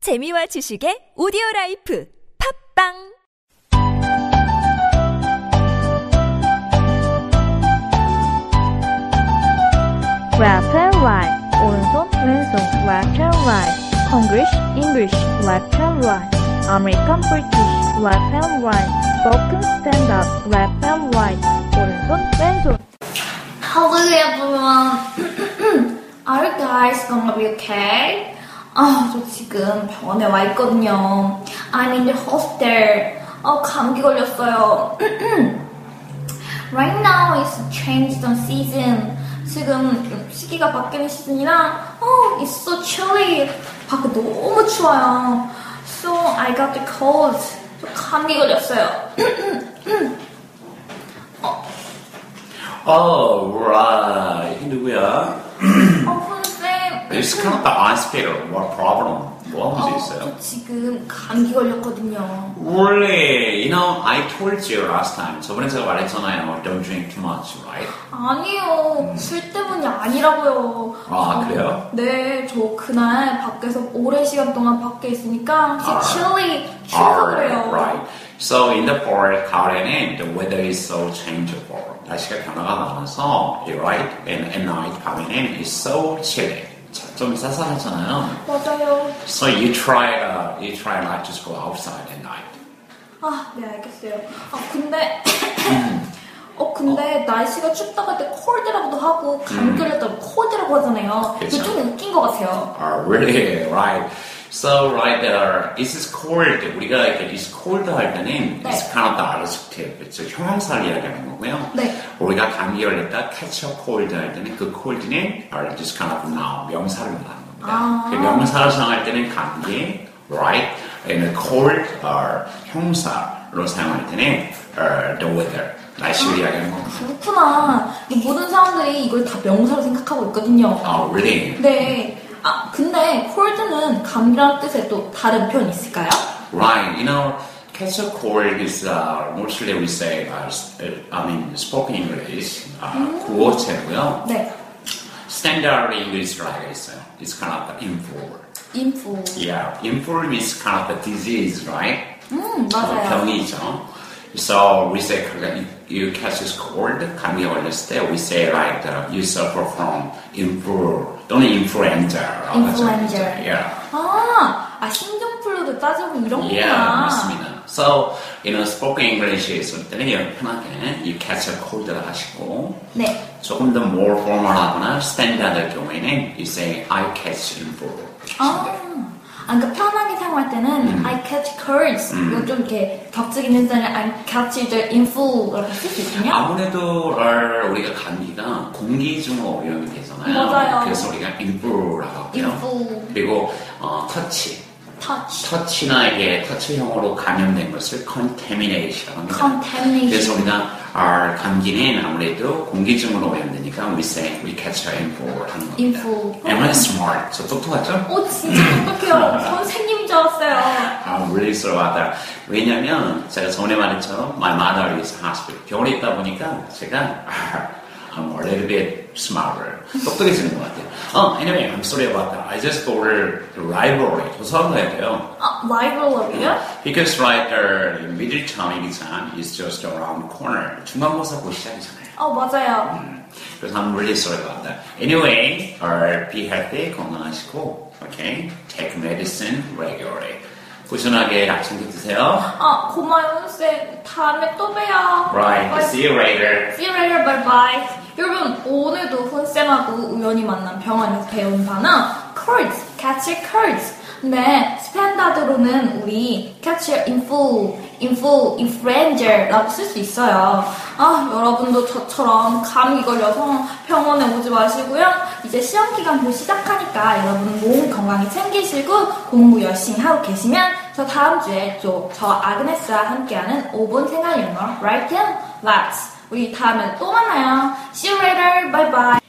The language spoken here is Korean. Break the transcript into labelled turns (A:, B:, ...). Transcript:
A: 재미와 지식의 오디오 라이프 팝빵
B: Water right, 오른손 왼손 Water right, Konglish English Water right, American British Water right, Spoken Stand Up Water right, 오른손 왼손
C: Hello everyone. Are you guys gonna be okay? 아, 저 지금 병원에 와 있거든요. I'm in the hospital. 아, 감기 걸렸어요. right now is change the season. 지금 시기가 바뀌는 시즌이라 어, it's so chilly. 밖에 너무 추워요. So I got the cold. 저 감기 걸렸어요.
D: Alright. Oh, 누구야?
C: 어, 선생님.
D: It's kind of the ice skater. What problem? 뭐 문제
C: 어,
D: 있어요?
C: 저 지금 감기 걸렸거든요.
D: Really? You know, I told you last time. 저번에 제가 말했잖아요. Don't drink too much, right?
C: 아니요, 술 때문이 아니라고요.
D: 음. 아,
C: 저-
D: 그래요?
C: 네, 저 그날 밖에서 오랜 시간 동안 밖에 있으니까
D: 아.
C: chilly, 추워서 그래요.
D: right. So in the fall, 가을에는 the weather is so changeable. 날씨가 변화가 많아서, you're right. And at night, 밤에는 it's so chilly. 자, 좀 쌀쌀하잖아요.
C: 맞아요.
D: So you try, uh, you try not to go outside at night.
C: 아, 네, 알겠어요. 아, 근데,
D: 음.
C: 어, 근데 날씨가 춥다고 할 때 cold라고도 하고, 감기 걸렸다고 cold라고 하잖아요. 이게
D: 음. 그쵸.
C: 좀 웃긴 것 같아요.
D: are really right. So right there, this is cold. 우리가 이렇게 this cold 할 때는
C: 네.
D: it's kind of the adjective. it's a 형용사를 이야기하는 거고요.
C: 네.
D: 우리가 감기 걸렸다 catch a cold 할 때는 그 cold는 are just kind of noun, 명사를 말하는 겁니다.
C: 아.
D: 그 명사를 사용할 때는 감기, right? and cold are 형사로 사용할 때는 uh, the weather, 날씨를 이야기하는 겁니다.
C: 그렇구나. 이 모든 사람들이 이걸 다 명사로 생각하고 있거든요.
D: 아, really?
C: 네. 아, 근데 콜드는 감기라는 뜻의 또 다른 표현이 있을까요?
D: Right, you know, catch a cold is uh, mostly we say, uh, s- uh, I mean, spoken English, uh, 구어체고요.
C: 네.
D: Standard English라고 있어요. It's kind of informal.
C: 인프.
D: Yeah, informal is kind of a disease, right?
C: 음,
D: 어,
C: 맞아요.
D: 병이죠. So we say 그러니까 you catch a cold, 감기 걸렸을 때 we say like uh, you suffer from influ 또는 influenza. uh,
C: Influenza.
D: Yeah.
C: 아, 아 신종플루도 따지면 이런 거구나.
D: Yeah, 예, 맞습니다. So, you know, spoken English 있을 때는 이렇게 편하게 you catch a cold를 하시고
C: 네.
D: 조금 더 more formal하거나 standard일 경우에는 you say I catch informal.
C: 아, 아, 그러니까 편하게 사용할 때는
D: 음.
C: I catch colds. 이거 좀 이렇게 격적인 현상을 I catch the influ 이렇게 쓸 수 있군요.
D: 아무래도 어, 우리가 감기가 공기 중 오염이 되잖아요.
C: 맞아요.
D: 그래서 우리가 informal라고 하고요.
C: 인프
D: 그리고 어, 터치,
C: 터치.
D: 터치나 이게 터치형으로 감염된 것을 contamination이라고 합니다.
C: 컨테미네이션.
D: 그래서 우리가 아, 감기는 아무래도 공기증으로 오염되니까 we say we catch our info 하는 겁니다.
C: 인프.
D: Am I smart? 저 똑똑하죠?
C: 오, 어, 진짜 똑똑해요. 선생님인 줄 알았어요.
D: I'm really sorry about that. 아, 왜냐면 제가 전에 말했죠. My mother is hospital. 병원에 있다 보니까 제가 I'm a little bit smarter. 똑똑해지는 것 같아요. 어, anyway, I'm sorry about that. I just go to library. 도서관 가야 돼요.
C: 아, 라이벌러리요?
D: Because right there, middle term exam is just around the corner. 중간고사 곧 시작이잖아요.
C: 어, 맞아요.
D: 그래서 I'm really sorry about that. Anyway, or be healthy, 건강하시고, okay? Take medicine regularly. 꾸준하게 약 챙겨 드세요.
C: 아, 고마워요, 선생. 다음에 또 봬요.
D: Right,
C: Bye.
D: see you later.
C: See you later. Bye bye. 여러분, 오늘도 혼쌤하고 우연히 만난 병원에서 배운 단어 curds, catch curds. 근데 스탠다드로는 우리 catch info, info, influenza라고 쓸 수 있어요. 아, 여러분도 저처럼 감기 걸려서 병원에 오지 마시고요. 이제 시험 기간 곧 시작하니까 여러분 몸 건강히 챙기시고 공부 열심히 하고 계시면 저 다음 주에 또 저 아그네스와 함께하는 5분 생활 영어 Write and Let's 우리 다음에 또 만나요. See you later. Bye bye.